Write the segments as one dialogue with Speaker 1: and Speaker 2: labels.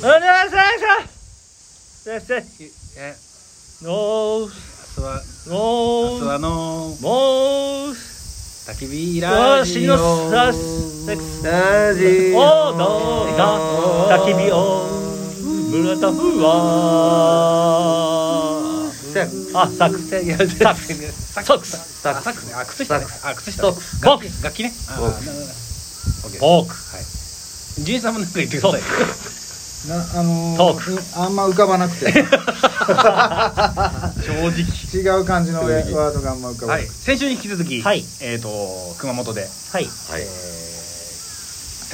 Speaker 1: お願いします先生
Speaker 2: え
Speaker 1: ノース
Speaker 2: あすわ
Speaker 1: ノー
Speaker 2: あすわの
Speaker 1: スノース
Speaker 2: 焚き火
Speaker 1: わ
Speaker 2: ラ
Speaker 1: し
Speaker 2: ジ
Speaker 1: の
Speaker 2: オ
Speaker 1: さセクス
Speaker 2: ラジオ
Speaker 1: おどだ焚き火を村田風は
Speaker 2: せ
Speaker 1: あサックス
Speaker 2: せいや
Speaker 1: サックス
Speaker 2: サ
Speaker 1: サ
Speaker 2: ッ
Speaker 1: ックス
Speaker 2: サックスサックスねあ靴下ね
Speaker 3: サック
Speaker 2: あ靴下
Speaker 1: サッ
Speaker 2: ね
Speaker 1: クスボックス
Speaker 2: 楽器楽器ねあー
Speaker 3: ボック
Speaker 2: なるほどね OK
Speaker 1: トーク
Speaker 2: ジュンさんもなんか言ってください
Speaker 4: なあのー
Speaker 1: トーク
Speaker 4: うんあんま浮かばな くて
Speaker 2: 正直
Speaker 4: 違う感じのワードがあんま浮かば
Speaker 2: は
Speaker 4: ないくて、
Speaker 2: 先週に引き続き
Speaker 1: はい
Speaker 2: えっと熊本で
Speaker 1: はい
Speaker 3: はい
Speaker 2: えー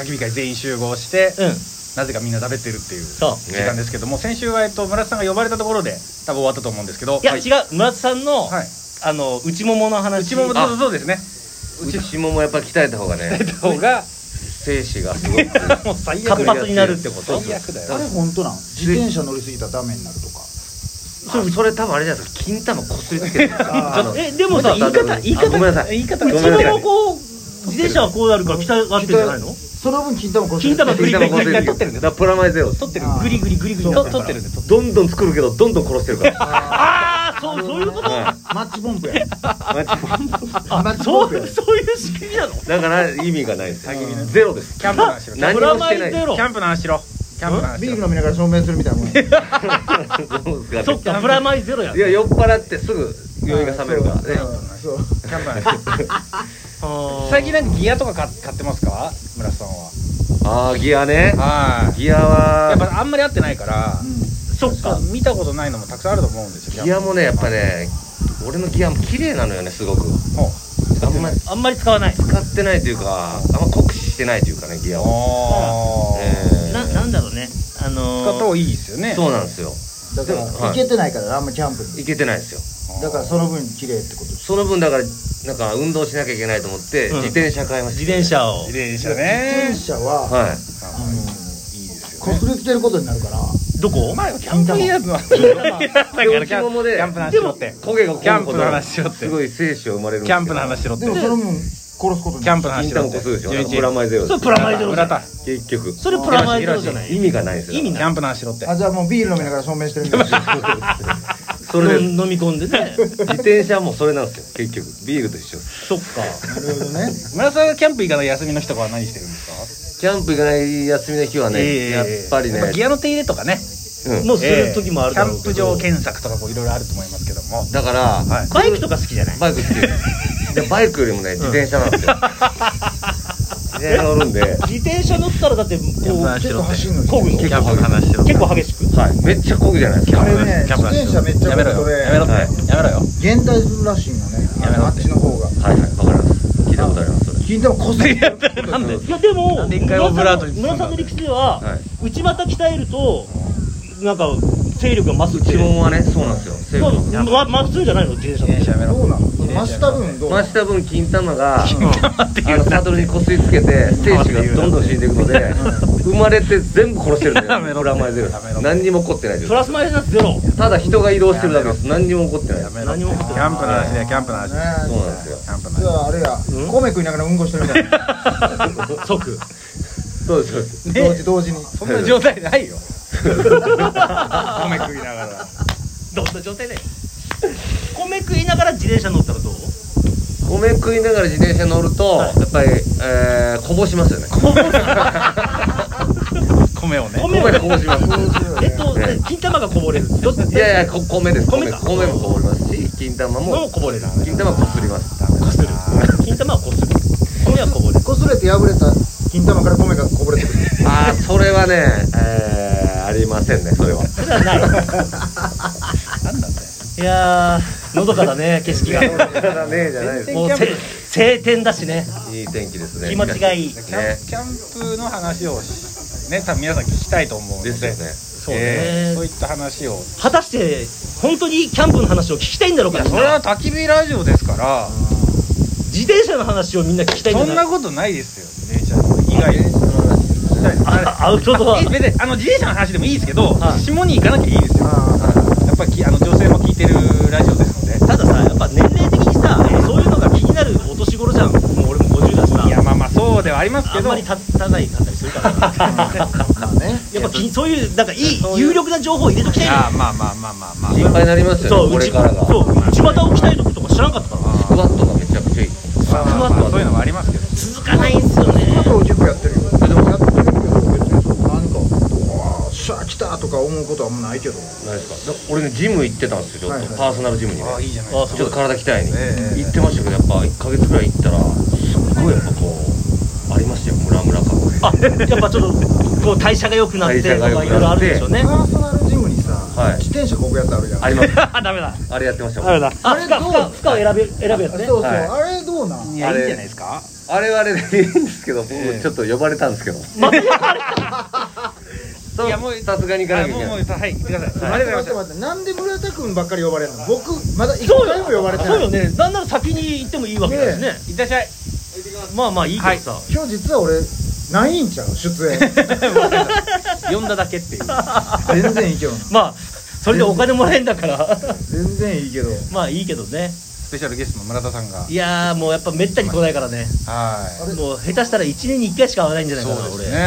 Speaker 2: 焚き火会全員集合して
Speaker 1: うん
Speaker 2: なぜかみんな食べてるっていう時
Speaker 1: そう
Speaker 2: 間ですけども、先週は、えっと、村田さんが呼ばれたところで多分終わったと思うんですけど
Speaker 1: いや、
Speaker 2: はい、
Speaker 1: 違う村田さんの、
Speaker 2: はい、
Speaker 1: あの内ももの話
Speaker 2: 内もも
Speaker 3: あ
Speaker 2: そうそうですね内
Speaker 3: 内ももやっぱ鍛えた方がね
Speaker 2: の方が
Speaker 3: 精子がすごく
Speaker 2: もう最悪
Speaker 1: 活発になるってこと
Speaker 2: 最悪だよ
Speaker 4: あれ本当なの自転車乗りすぎたらダメになるとか
Speaker 3: それそれ多分あれじゃないですか金玉こすりつけて
Speaker 4: あー
Speaker 3: ちょっと
Speaker 1: えでもさ
Speaker 3: ちょ
Speaker 1: 言い方言い
Speaker 3: っとあ
Speaker 1: 方
Speaker 3: ごめんなさい
Speaker 2: 言い方
Speaker 3: ご
Speaker 1: 内
Speaker 3: めんなさい
Speaker 1: ももこう自転車はこうなるから北がってるんじゃないの
Speaker 4: その分金玉こっち
Speaker 1: 金玉グリグリグリグリ
Speaker 3: 取ってるんだプラマイゼロ
Speaker 2: 撮ってる
Speaker 4: あー
Speaker 2: グリグリグリグリ
Speaker 4: そう
Speaker 2: と撮ってるんで撮って
Speaker 3: どんどん作るけどどんどん殺してるから
Speaker 1: あ
Speaker 4: あ
Speaker 1: あそうそういうこと
Speaker 3: は
Speaker 4: ーマッチポンプや
Speaker 3: いマジ
Speaker 4: マッチポ
Speaker 1: そ
Speaker 4: ンプや
Speaker 1: うそういう仕組みなの
Speaker 3: だから意味がないです
Speaker 2: 焚き火の
Speaker 3: ゼ ロです
Speaker 2: キャンプの話しろキャン
Speaker 3: 何
Speaker 1: プ
Speaker 3: もして
Speaker 1: プラマイ
Speaker 3: ない
Speaker 1: ゼロ
Speaker 2: プの話しろキャンプの話
Speaker 4: ビ
Speaker 2: し
Speaker 4: ール
Speaker 2: ろ
Speaker 4: 飲みながら証明するみたいなもん や
Speaker 3: そ
Speaker 1: そ
Speaker 3: うですかね
Speaker 1: っかプラマイゼロや
Speaker 3: いや酔っ払ってすぐ酔いが冷めるからね
Speaker 4: うんそう
Speaker 2: キャンプの話しろ
Speaker 1: あー
Speaker 2: 最近なんかギアとか買買ってますか村田さんは
Speaker 3: ああギアね
Speaker 2: はい
Speaker 3: ギア
Speaker 2: やっ
Speaker 3: は
Speaker 2: ぱあんまり合ってないから、
Speaker 1: そっか
Speaker 2: 見たことないのもたくさんあると思うんですよ
Speaker 3: ギアもねやっぱね俺のギアも綺麗なのよねすごく
Speaker 2: ほう
Speaker 3: あんまり
Speaker 1: あんまり使わない
Speaker 3: 使ってないというかあんま酷使してないというかねギアを
Speaker 2: あ
Speaker 3: えー
Speaker 1: ななんだろうねあの
Speaker 2: 使った
Speaker 1: ー
Speaker 2: 方がいいですよね
Speaker 3: そうなんですよ
Speaker 4: だから
Speaker 3: でもはい
Speaker 4: 行けてないからあんまキャンプに
Speaker 3: いけてないですよ
Speaker 4: だからその分綺麗ってことです
Speaker 3: その分だからなんか運動しなきゃいけないと思って、
Speaker 1: うん
Speaker 3: 自転車買いました
Speaker 1: 自転車を
Speaker 2: 自転
Speaker 4: 自
Speaker 2: 車ね
Speaker 4: 転車は
Speaker 3: は
Speaker 4: あの
Speaker 3: い
Speaker 2: いいですよ
Speaker 4: こ
Speaker 2: ね
Speaker 4: すりつけることになるから
Speaker 1: どこ
Speaker 2: 前はキャンプギアの話
Speaker 3: で
Speaker 2: キ
Speaker 3: 内ももで
Speaker 2: ャンプの話しろって
Speaker 3: 焦げが
Speaker 2: キャンプの話しろって
Speaker 3: すごい精子を生まれるん
Speaker 2: キ
Speaker 3: です
Speaker 2: ャ
Speaker 3: よ
Speaker 2: ンプの話しろって
Speaker 4: でもその分殺すことに
Speaker 2: キャ
Speaker 4: な
Speaker 2: ン
Speaker 4: る
Speaker 2: プの話
Speaker 3: 金
Speaker 2: しろっ
Speaker 3: 玉こ
Speaker 2: て
Speaker 3: するでしょ
Speaker 2: 11
Speaker 3: プラマイゼロ
Speaker 1: そ
Speaker 3: で
Speaker 1: れ
Speaker 3: す
Speaker 1: プラマイゼロじゃ
Speaker 2: 村
Speaker 1: ん
Speaker 2: 田
Speaker 3: 結局
Speaker 1: それプラマイゼロじゃない
Speaker 3: 意味がないですよ
Speaker 1: 意味
Speaker 2: キ
Speaker 1: ない
Speaker 2: ャンプの話しろって
Speaker 4: あじゃあもうビール飲みながら証明してるみたい な
Speaker 3: それです
Speaker 1: 飲み込んでね
Speaker 3: 自転車もそれなんですよ結局ビールと一緒です
Speaker 1: そっか
Speaker 4: なるほ どね
Speaker 2: 村田さんがキャンプ行かない休みの日とかは何してるんです
Speaker 3: キャンプ行かない休みの日は
Speaker 2: か
Speaker 3: ね、やっぱりね
Speaker 2: ギアの手入れとかね
Speaker 3: うん
Speaker 1: もうする時もある
Speaker 2: キ
Speaker 1: だ
Speaker 2: ャ
Speaker 1: ろ
Speaker 2: ン
Speaker 1: うけ
Speaker 2: プ
Speaker 1: ど
Speaker 2: 場検索とかこういろいろあると思いますけども
Speaker 3: だから、
Speaker 2: はい
Speaker 1: バイクとか好きじゃない
Speaker 3: バイク好きですでバイクよりもね自転車なんですよ、自転車乗るんで
Speaker 1: 自転車乗ったらだってこ
Speaker 2: キャンプの
Speaker 1: う
Speaker 2: 話し
Speaker 4: 結
Speaker 2: ろ
Speaker 4: 構
Speaker 2: って
Speaker 4: 走るの
Speaker 1: 漕ぐの
Speaker 2: キャンプの話しろって
Speaker 1: 結構激しく
Speaker 3: はいめっちゃ漕ぐじゃないですか
Speaker 4: あれね
Speaker 2: キャンプの話しろ
Speaker 4: 自転車めっちゃ
Speaker 2: やめろ
Speaker 4: こ
Speaker 2: よ
Speaker 4: ぐで
Speaker 2: やめろって
Speaker 3: はい
Speaker 2: やめろよ
Speaker 4: 現代するらしいんだね
Speaker 2: やめろ
Speaker 4: あっちの方が
Speaker 3: はいはいわかります聞いたことありますそれ
Speaker 4: 金玉こすり
Speaker 3: なんで
Speaker 1: いやでも
Speaker 2: なんで一回オブラートに包んだ
Speaker 1: 村
Speaker 2: ん
Speaker 1: さ
Speaker 2: だ
Speaker 1: んの
Speaker 2: よ
Speaker 1: 理屈では、
Speaker 3: はい
Speaker 1: 内股鍛えるとなんか勢力が増すって
Speaker 3: 内ももはねそうなんですよ成
Speaker 1: ま
Speaker 3: 分が
Speaker 1: ま増すんじゃないの自転車
Speaker 2: 自転車やめろ
Speaker 4: どうなの増した分どうな
Speaker 3: 増
Speaker 4: の
Speaker 3: した分金玉が
Speaker 2: 玉って
Speaker 3: あのサドルにこすりつけて精子がどんどん死んでいくので生まれて全部殺してるんだ
Speaker 2: やめろ
Speaker 3: よプラマイゼロで
Speaker 2: やめろ
Speaker 3: す何にも起こってないで
Speaker 1: プラスマイナスゼ ロ
Speaker 3: すただ人が移動してるだけです何にも起こってないで
Speaker 2: や
Speaker 3: す
Speaker 2: めろ
Speaker 1: 何も起こって
Speaker 2: キャンプの話だよキャンプの話だよ
Speaker 3: そうなん
Speaker 4: ね
Speaker 3: ですよ
Speaker 2: キャンプの
Speaker 4: じ
Speaker 2: 話
Speaker 4: ゃああれや米食いながらうんこしてるみた いな
Speaker 1: 即
Speaker 3: そうですそうです
Speaker 4: 同時同時に
Speaker 2: そんな状態ないよ米食いながら
Speaker 1: どんな状態で米食いながら自転車乗ったらどう
Speaker 3: 米食いながら自転車乗るとやっぱりえーこぼしますよね
Speaker 2: 米をね
Speaker 1: 米
Speaker 3: 米こぼします
Speaker 1: えっと
Speaker 3: ね
Speaker 1: 金玉がこぼれるどっち
Speaker 3: いやいやこ米です
Speaker 1: 米
Speaker 3: 米
Speaker 1: か
Speaker 3: 米もこぼれますし金
Speaker 1: も
Speaker 3: 玉も
Speaker 1: うこぼれる
Speaker 3: 金玉こすります
Speaker 1: こする金玉はこする米はこぼれる
Speaker 4: こすれて破れた金玉から米がこぼれてくる
Speaker 3: ああそれはねえーありませんねそれは
Speaker 1: それはない
Speaker 2: なんなんだよ
Speaker 1: いやーのどかだね景色 が
Speaker 3: ねえじゃない
Speaker 2: です
Speaker 1: もうせ晴天だしね
Speaker 3: いい天気ですね
Speaker 1: 気持ちがいい
Speaker 2: キャン
Speaker 3: ね
Speaker 2: キャンプの話をしね多分皆さん聞きたいと思うので
Speaker 3: ですよね
Speaker 1: そうね、
Speaker 2: えーそういった話を
Speaker 1: 果たして本当にキャンプの話を聞きたいんだろう
Speaker 2: い
Speaker 1: か
Speaker 2: やそれは焚き火ラジオですから
Speaker 1: 自転車の話をみんな聞きたいん
Speaker 2: そ
Speaker 1: だ
Speaker 2: ん
Speaker 1: ろう
Speaker 2: なことないですよ自転車以外で
Speaker 1: あアウトドア
Speaker 2: え別にあの自転車の話でもいいですけど
Speaker 1: はい
Speaker 2: 下に行かなきゃいいですよやっぱりあの女性も聞いてるラジオですので
Speaker 1: たださやっぱ年齢的にさそういうのが気になるお年頃じゃんもう俺も50だしさ
Speaker 2: いやまあまあそうではあります
Speaker 1: あ
Speaker 2: け
Speaker 1: ん
Speaker 2: ど
Speaker 1: まり立たないかったりするからな
Speaker 4: まあね
Speaker 1: やっぱきそういうなんかいい
Speaker 2: そういう
Speaker 1: 有力な情報を入れときたいのよ
Speaker 2: あーまあまあまあまあまあ
Speaker 3: 心配になります
Speaker 1: そ
Speaker 3: よ
Speaker 1: う
Speaker 3: ねこれ
Speaker 1: 内
Speaker 3: からが
Speaker 1: そう内股を鍛えとくとか知らなかったから
Speaker 3: スクワットがめちゃくちゃいい
Speaker 2: まあまあまあそういうのもありますけど
Speaker 1: 続かないんすよね
Speaker 4: あと塾やってるよでもやってるけど別にそう何かわあしゃあ来たとか思うことはあんまないけど
Speaker 3: ないですかだ俺ねジム行ってたんですよちょっ
Speaker 4: はいは
Speaker 3: と
Speaker 4: い
Speaker 3: パーソナルジムにね
Speaker 2: ああいいじゃない
Speaker 1: あ
Speaker 3: ちょっと体鍛えに
Speaker 2: ええ
Speaker 3: 行ってましたけどやっぱ1か月ぐらい行ったらすっごいやっぱこうありましたよムラムラ感
Speaker 1: あやっぱちょっとこう代謝が良くなって
Speaker 3: 代謝
Speaker 1: と
Speaker 3: が良くなっ
Speaker 1: か
Speaker 3: て
Speaker 1: いろいろあるんでしょうね
Speaker 4: パーソナルジムにさ、
Speaker 3: はい
Speaker 4: 自転車こぐやつあるじゃん
Speaker 3: あります
Speaker 1: あダメだ
Speaker 3: あれやってましたよ
Speaker 2: あれだ
Speaker 1: あ
Speaker 4: あ
Speaker 1: 負
Speaker 4: れ
Speaker 1: 荷
Speaker 4: どう
Speaker 1: 負荷負荷を選べ選ぶやつね
Speaker 4: そうそう、
Speaker 3: はい
Speaker 4: あれどうなん
Speaker 2: い
Speaker 3: あ
Speaker 2: や
Speaker 3: れ
Speaker 2: いいんじゃないですか
Speaker 3: あれはあれでいいんですけど、僕
Speaker 2: ええ
Speaker 3: ちょっと呼ばれたんですけど。そう
Speaker 2: いやもう
Speaker 3: さすがに行かな
Speaker 2: あ
Speaker 3: きゃい
Speaker 2: もう
Speaker 3: け
Speaker 2: も
Speaker 3: な
Speaker 2: う
Speaker 3: い。
Speaker 2: はい行ってくださいあ
Speaker 4: 待
Speaker 2: り
Speaker 4: って
Speaker 2: がとうご
Speaker 4: 待
Speaker 2: ざいま
Speaker 4: って待ってなんで村田君ばっかり呼ばれるの僕まだ一
Speaker 1: そう
Speaker 4: 回も呼ばれてない
Speaker 1: そうよねなんなら先に行ってもいいわけだしね
Speaker 2: すいってらっしゃい
Speaker 1: まあまあいいけどさ
Speaker 4: 今日実は俺ないんちゃう出演
Speaker 2: 呼んだだけっていう
Speaker 4: 全然いいけどな
Speaker 1: まあそれでお金もらえんだから
Speaker 4: 全然いいけど
Speaker 1: まあいいけどね
Speaker 2: スペシャルゲストの村田さんが
Speaker 1: いやーもうやっぱめったに来ないからね
Speaker 2: は
Speaker 1: もう下手したら1年に1回しか会わないんじゃな
Speaker 2: い
Speaker 1: いかな
Speaker 2: そう
Speaker 1: 俺
Speaker 2: ですね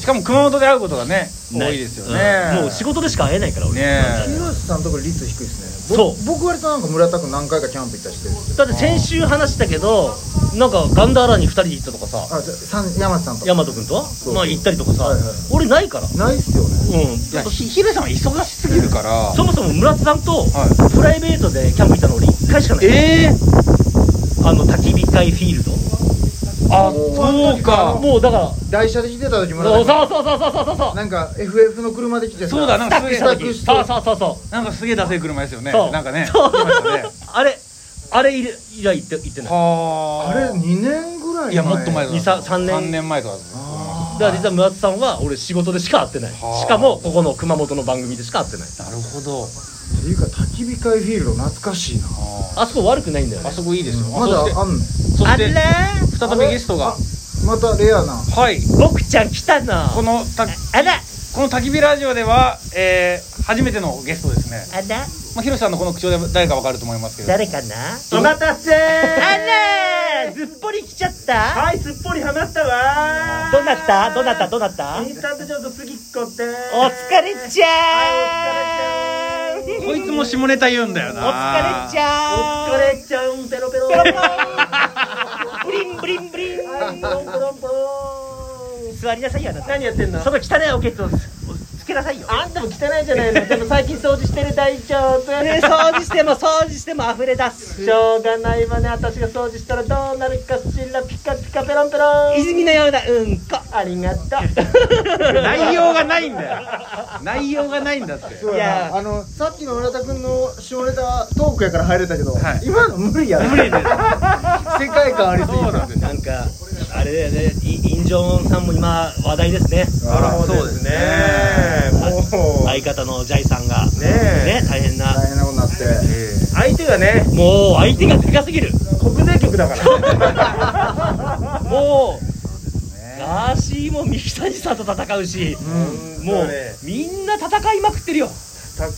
Speaker 2: しかも熊本で会うことがね多
Speaker 1: ない
Speaker 2: ですよね
Speaker 1: うんもう仕事でしか会えないから俺
Speaker 2: ねえ
Speaker 4: 広瀬さんとこ率低いですね
Speaker 1: そう
Speaker 4: ぼ僕割となんか村田君何回かキャンプ行ったりしてるんですよ
Speaker 1: だって先週話したけどなんかガンダーラに2人で行ったとかさ
Speaker 4: あじゃあさん山瀬さんと
Speaker 1: 大和君と
Speaker 4: う
Speaker 1: まあ行ったりとかさ
Speaker 4: はいはい
Speaker 1: 俺ないからうん
Speaker 4: ないっすよね
Speaker 2: いやひヒデさんは忙しすぎるから
Speaker 1: そもそも村田さんと
Speaker 2: は
Speaker 1: プライベートでキャンプ行ったの俺1回しかない
Speaker 2: ええ
Speaker 1: あの焚き火会フィールド
Speaker 2: あそうか
Speaker 1: もうだから
Speaker 4: 台車で来てた時村
Speaker 1: そうそ
Speaker 4: 田
Speaker 1: うそうそうそうそうそう
Speaker 4: 君なんか FF の車で来て
Speaker 2: そうだな
Speaker 1: ス
Speaker 2: ん
Speaker 1: タ
Speaker 2: か
Speaker 1: ック
Speaker 2: すげ
Speaker 1: し
Speaker 2: え
Speaker 1: た
Speaker 4: 帰
Speaker 1: 時
Speaker 4: 宅して
Speaker 1: そうそうそうそう
Speaker 2: なんかすげえダセい車ですよね
Speaker 1: そう
Speaker 2: なんかね
Speaker 1: そう
Speaker 2: 来ま したね
Speaker 1: あれあれ以来行って行ってない
Speaker 2: は
Speaker 4: あれ2年ぐらい前
Speaker 2: いやもっと前だ
Speaker 1: 二三三年
Speaker 2: 3年前とかだと
Speaker 4: あ
Speaker 1: だから実は村田さんは俺仕事でしか会ってない
Speaker 2: はあ
Speaker 1: しかもここの熊本の番組でしか会ってない
Speaker 2: なるほど
Speaker 4: ーっていうか焚き火会フィールド懐かしいな
Speaker 2: あ
Speaker 1: あそこ悪くないんだよ
Speaker 2: あ
Speaker 1: ね
Speaker 2: そこいいですよ
Speaker 4: まだあんの
Speaker 2: そしてそして
Speaker 1: ー
Speaker 2: 再びゲストが
Speaker 4: またレアな
Speaker 2: はい
Speaker 1: 僕ちゃん来たな
Speaker 2: このた
Speaker 1: あら
Speaker 2: この焚き火ラジオでは、えー、初めてのゲストですね、
Speaker 1: あら
Speaker 2: まあ、ひろしさんのこの口調で誰かわかると思いますけど
Speaker 1: 誰かなお待たせあらーすっぽり来ちゃった
Speaker 5: はい、すっぽりはまったわー。
Speaker 1: どなたどなたどなたお
Speaker 5: インスタントジョーズ杉子でーす。
Speaker 1: 疲れちゃー
Speaker 2: こいつも下ネタ言うんだよ
Speaker 1: お疲
Speaker 2: な
Speaker 1: れちゃ
Speaker 5: お疲れちゃうん、ペロペロ。ペロペロ。
Speaker 1: ーブリンブリンブリン
Speaker 5: ロンポロンポ
Speaker 1: 座りなさいよあなた
Speaker 5: 何やってんの
Speaker 1: その汚いおケツをつつけなさいよ
Speaker 5: あんたも汚いじゃないの。でも最近掃除してる大丈夫。
Speaker 1: ね掃除しても掃除しても溢れ出す
Speaker 5: しょうがないわね。私が掃除したらどうなるかしら。ピカピカペロンペロン。
Speaker 1: 泉のようなうんこ
Speaker 5: ありがと
Speaker 2: 内容がないんだよ 内容がないんだって
Speaker 4: そうや
Speaker 1: い
Speaker 4: なあのさっきの村田君の下ネタトークやから入れたけど、
Speaker 2: はい
Speaker 4: 今の無理や無理で 世界観ありすぎて
Speaker 1: なんかあれだよねイインジョンさんも今話題ですね
Speaker 4: あら
Speaker 2: そうですね
Speaker 4: もう
Speaker 1: 相方のジャイさんがね
Speaker 5: え
Speaker 1: 大変な
Speaker 4: 大変なことになって
Speaker 5: 相手がね、
Speaker 1: もう相手がでかすぎる
Speaker 5: 国税局だから。
Speaker 1: もうガーシーも三木谷さんと戦うしもうみんな戦いまくってるよ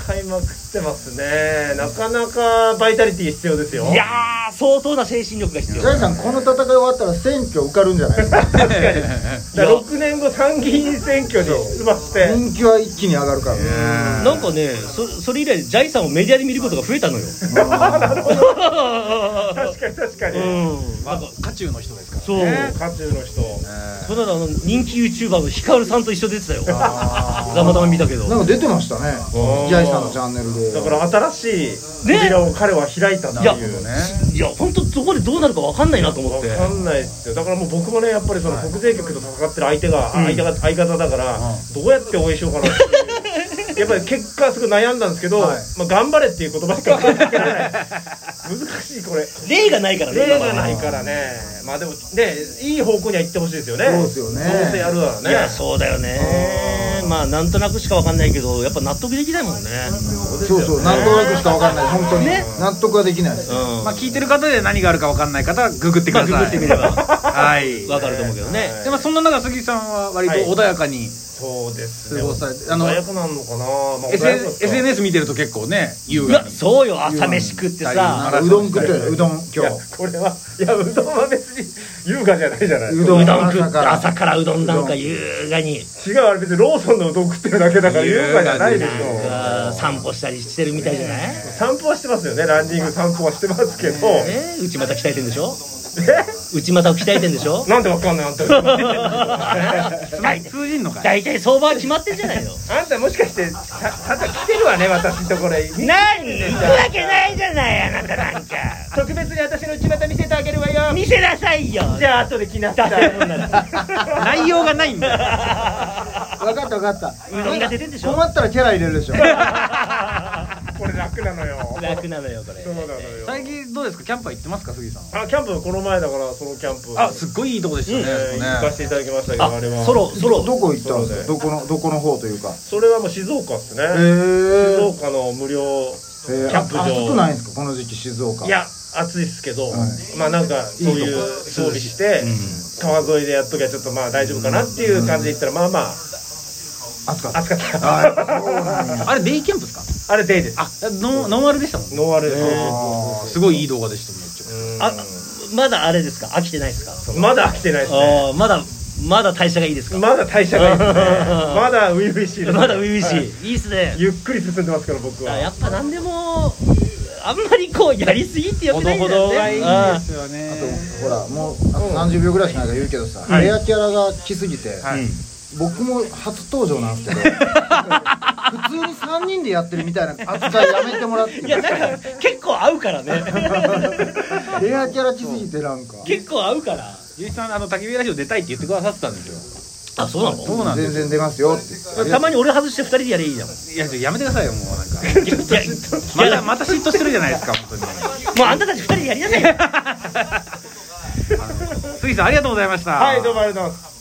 Speaker 5: 戦いまくってますね。なかなかバイタリティ必要ですよ。
Speaker 1: いやー相当な精神力が必要
Speaker 4: ジャイさんこの戦い終わったら選挙受かるんじゃないですか
Speaker 5: だから6年後参議院選挙に出馬して
Speaker 4: 人気は一気に上がるからね
Speaker 1: なんかねそそれ以来ジャイさんをメディアで見ることが増えたの よ
Speaker 5: 確かに確かに、
Speaker 1: うん
Speaker 2: まあ、渦中の人ですから
Speaker 1: そう、
Speaker 5: ね渦中の人
Speaker 1: この間あの人気 YouTuber のヒカルさんと一緒に出てたよたまたま見たけど
Speaker 4: なんか出てましたね
Speaker 5: ー
Speaker 4: ジャイさんのチャンネルで
Speaker 5: だから新しい扉を彼は開いたって
Speaker 1: いや
Speaker 5: いうね
Speaker 1: いや本当どこでどうなるか分かんないなと思っ
Speaker 5: 分
Speaker 1: て
Speaker 5: かんないっすよだからもう僕もねやっぱりその国税局と戦ってる相手が、あ相手が相方だから、どうやって応援しようかなっていうやっぱり結果すごい悩んだんですけど、
Speaker 4: はい
Speaker 5: まあ、頑張れっていう言葉しか分かんない難しいこれ
Speaker 1: 例がないからね
Speaker 5: 例がない
Speaker 1: 今はね
Speaker 5: からねまあでもねいい方向には行ってほしいですよね
Speaker 4: そうですよね
Speaker 5: どうせやるならね
Speaker 1: いやそうだよねまあなんとなくしか分かんないけどやっぱ納得できないもんね
Speaker 4: そうそうなんとなくしか分かんない本当に納得はできないです
Speaker 1: うん
Speaker 2: まあ、聞いてる方で何があるかわかんない方はググってく
Speaker 1: まあ
Speaker 2: ださい、
Speaker 1: ググってみれば
Speaker 2: はい
Speaker 1: 分かると思うけどね
Speaker 2: でもそんな中杉さんは割と穏やかに、
Speaker 5: そうですね
Speaker 4: 過ごされてあ
Speaker 5: あ
Speaker 4: の
Speaker 5: の親子なんのかな、まあ、
Speaker 2: SN
Speaker 5: い
Speaker 2: SNS 見てると結構ね優
Speaker 1: う
Speaker 2: 雅
Speaker 1: わ
Speaker 2: に
Speaker 1: そうよ朝飯食って
Speaker 4: な
Speaker 1: さ
Speaker 4: んかうどん食ってうどん今
Speaker 5: や
Speaker 4: 日
Speaker 5: これはいやうどんは別に優雅じゃないじゃないう
Speaker 1: う
Speaker 4: どん
Speaker 1: どん食
Speaker 4: 朝
Speaker 1: って
Speaker 4: から
Speaker 1: 朝からうどんなんか優雅に
Speaker 5: 違うあれ別にローソンのうどん食ってるだけだから優雅じゃないでし
Speaker 1: う
Speaker 5: ょ
Speaker 1: わ散歩したりしてるみたいじゃない
Speaker 5: 散歩はしてますよねランニング散歩はしてますけど
Speaker 1: え内股鍛えてんでしょ内股を鍛えてんでし ょ
Speaker 5: なんでわかんないあんた
Speaker 1: はい
Speaker 2: 通じんのかい
Speaker 1: 大体相場は決まってんじゃないの
Speaker 5: あんたもしかしてたたた来てるわね私のところへ
Speaker 1: 何行くわけないじゃないあなたなんか
Speaker 5: 特別に私の内股見せてあげるわよ
Speaker 1: 見せなさいよ
Speaker 5: じゃあ後で来なさい
Speaker 2: 内容がないんだよ
Speaker 4: 分かった分かった
Speaker 1: うどんが出てんでしょ
Speaker 4: 困ったらキャラ入れるでしょ
Speaker 5: これ楽なのよ
Speaker 1: 楽なのよこれ
Speaker 5: そうなのよ
Speaker 2: 最近どうですかキャンプは行ってますか杉さんは
Speaker 5: あキャンプこの前だからそのキャンプ
Speaker 2: あすっごいいいとこでしたね,、
Speaker 5: えー行
Speaker 2: そこ
Speaker 5: か
Speaker 2: ね
Speaker 5: せていただきましたけどあれ
Speaker 1: あ
Speaker 5: は
Speaker 1: ソロソロ
Speaker 4: どこ行ったんです
Speaker 5: そう
Speaker 4: か
Speaker 5: ね
Speaker 4: どこのどこの方というか
Speaker 5: それはもう静岡っすね、
Speaker 4: え
Speaker 5: 静
Speaker 4: ー
Speaker 5: 岡の無料
Speaker 4: えー
Speaker 5: キャンプ場
Speaker 4: あ暑くないんですかこの時期静岡
Speaker 5: いや暑いっすけど、
Speaker 4: は
Speaker 5: まあなんかそういう装備して川沿いでやっときゃちょっとまあ大丈夫かなっていう感じで言ったらまあまあ
Speaker 4: 暑かった
Speaker 5: 暑かった、
Speaker 4: あそうなんや
Speaker 2: あれデイキャンプですか
Speaker 5: あれデイです
Speaker 2: あノンノンアルでしたもんね
Speaker 5: ノーアルです、
Speaker 4: あ
Speaker 2: すごいいい動画でした
Speaker 1: あ
Speaker 2: めっちゃ
Speaker 1: まだあれですか飽きてないですか
Speaker 5: まだ飽きてないですね
Speaker 1: あーまだまだ代謝がいいですか
Speaker 5: まだ代謝がいいです ね
Speaker 1: うん
Speaker 5: まだ初々しいです
Speaker 1: まだ初々し
Speaker 5: はい
Speaker 1: いいいっすね
Speaker 5: ゆっくり進んでますから僕
Speaker 1: あ
Speaker 5: は
Speaker 1: やっぱ何でもあんまりこうやりすぎってよくないんだよね
Speaker 2: すよね
Speaker 4: ほらもうあと30秒ぐらいしかないから言うけどさ、レアキャラが来すぎて、僕も初登場なんですけど普通に3人でやってるみたいな扱いやめてもらってい
Speaker 1: うんいやなんか結構合うから ね
Speaker 4: レアキャラ来すぎてなんか
Speaker 1: 結構合うから
Speaker 2: ゆうきさんあの焚き火ラジオ出たいって言ってくださってたんです
Speaker 1: あそうな
Speaker 2: よそうなんで
Speaker 4: 全
Speaker 2: す
Speaker 4: 然出ますよって言って
Speaker 1: たまに俺外して二人でやればいいじゃんも
Speaker 2: いやちょやめてくださいよもうなんか
Speaker 1: い
Speaker 2: ま
Speaker 1: や
Speaker 2: たまた嫉妬してるじゃないですか本当に
Speaker 1: うあんたたち二人でやりなさいよ
Speaker 2: 杉さんありがとうございました
Speaker 5: はいどうもありがとうございます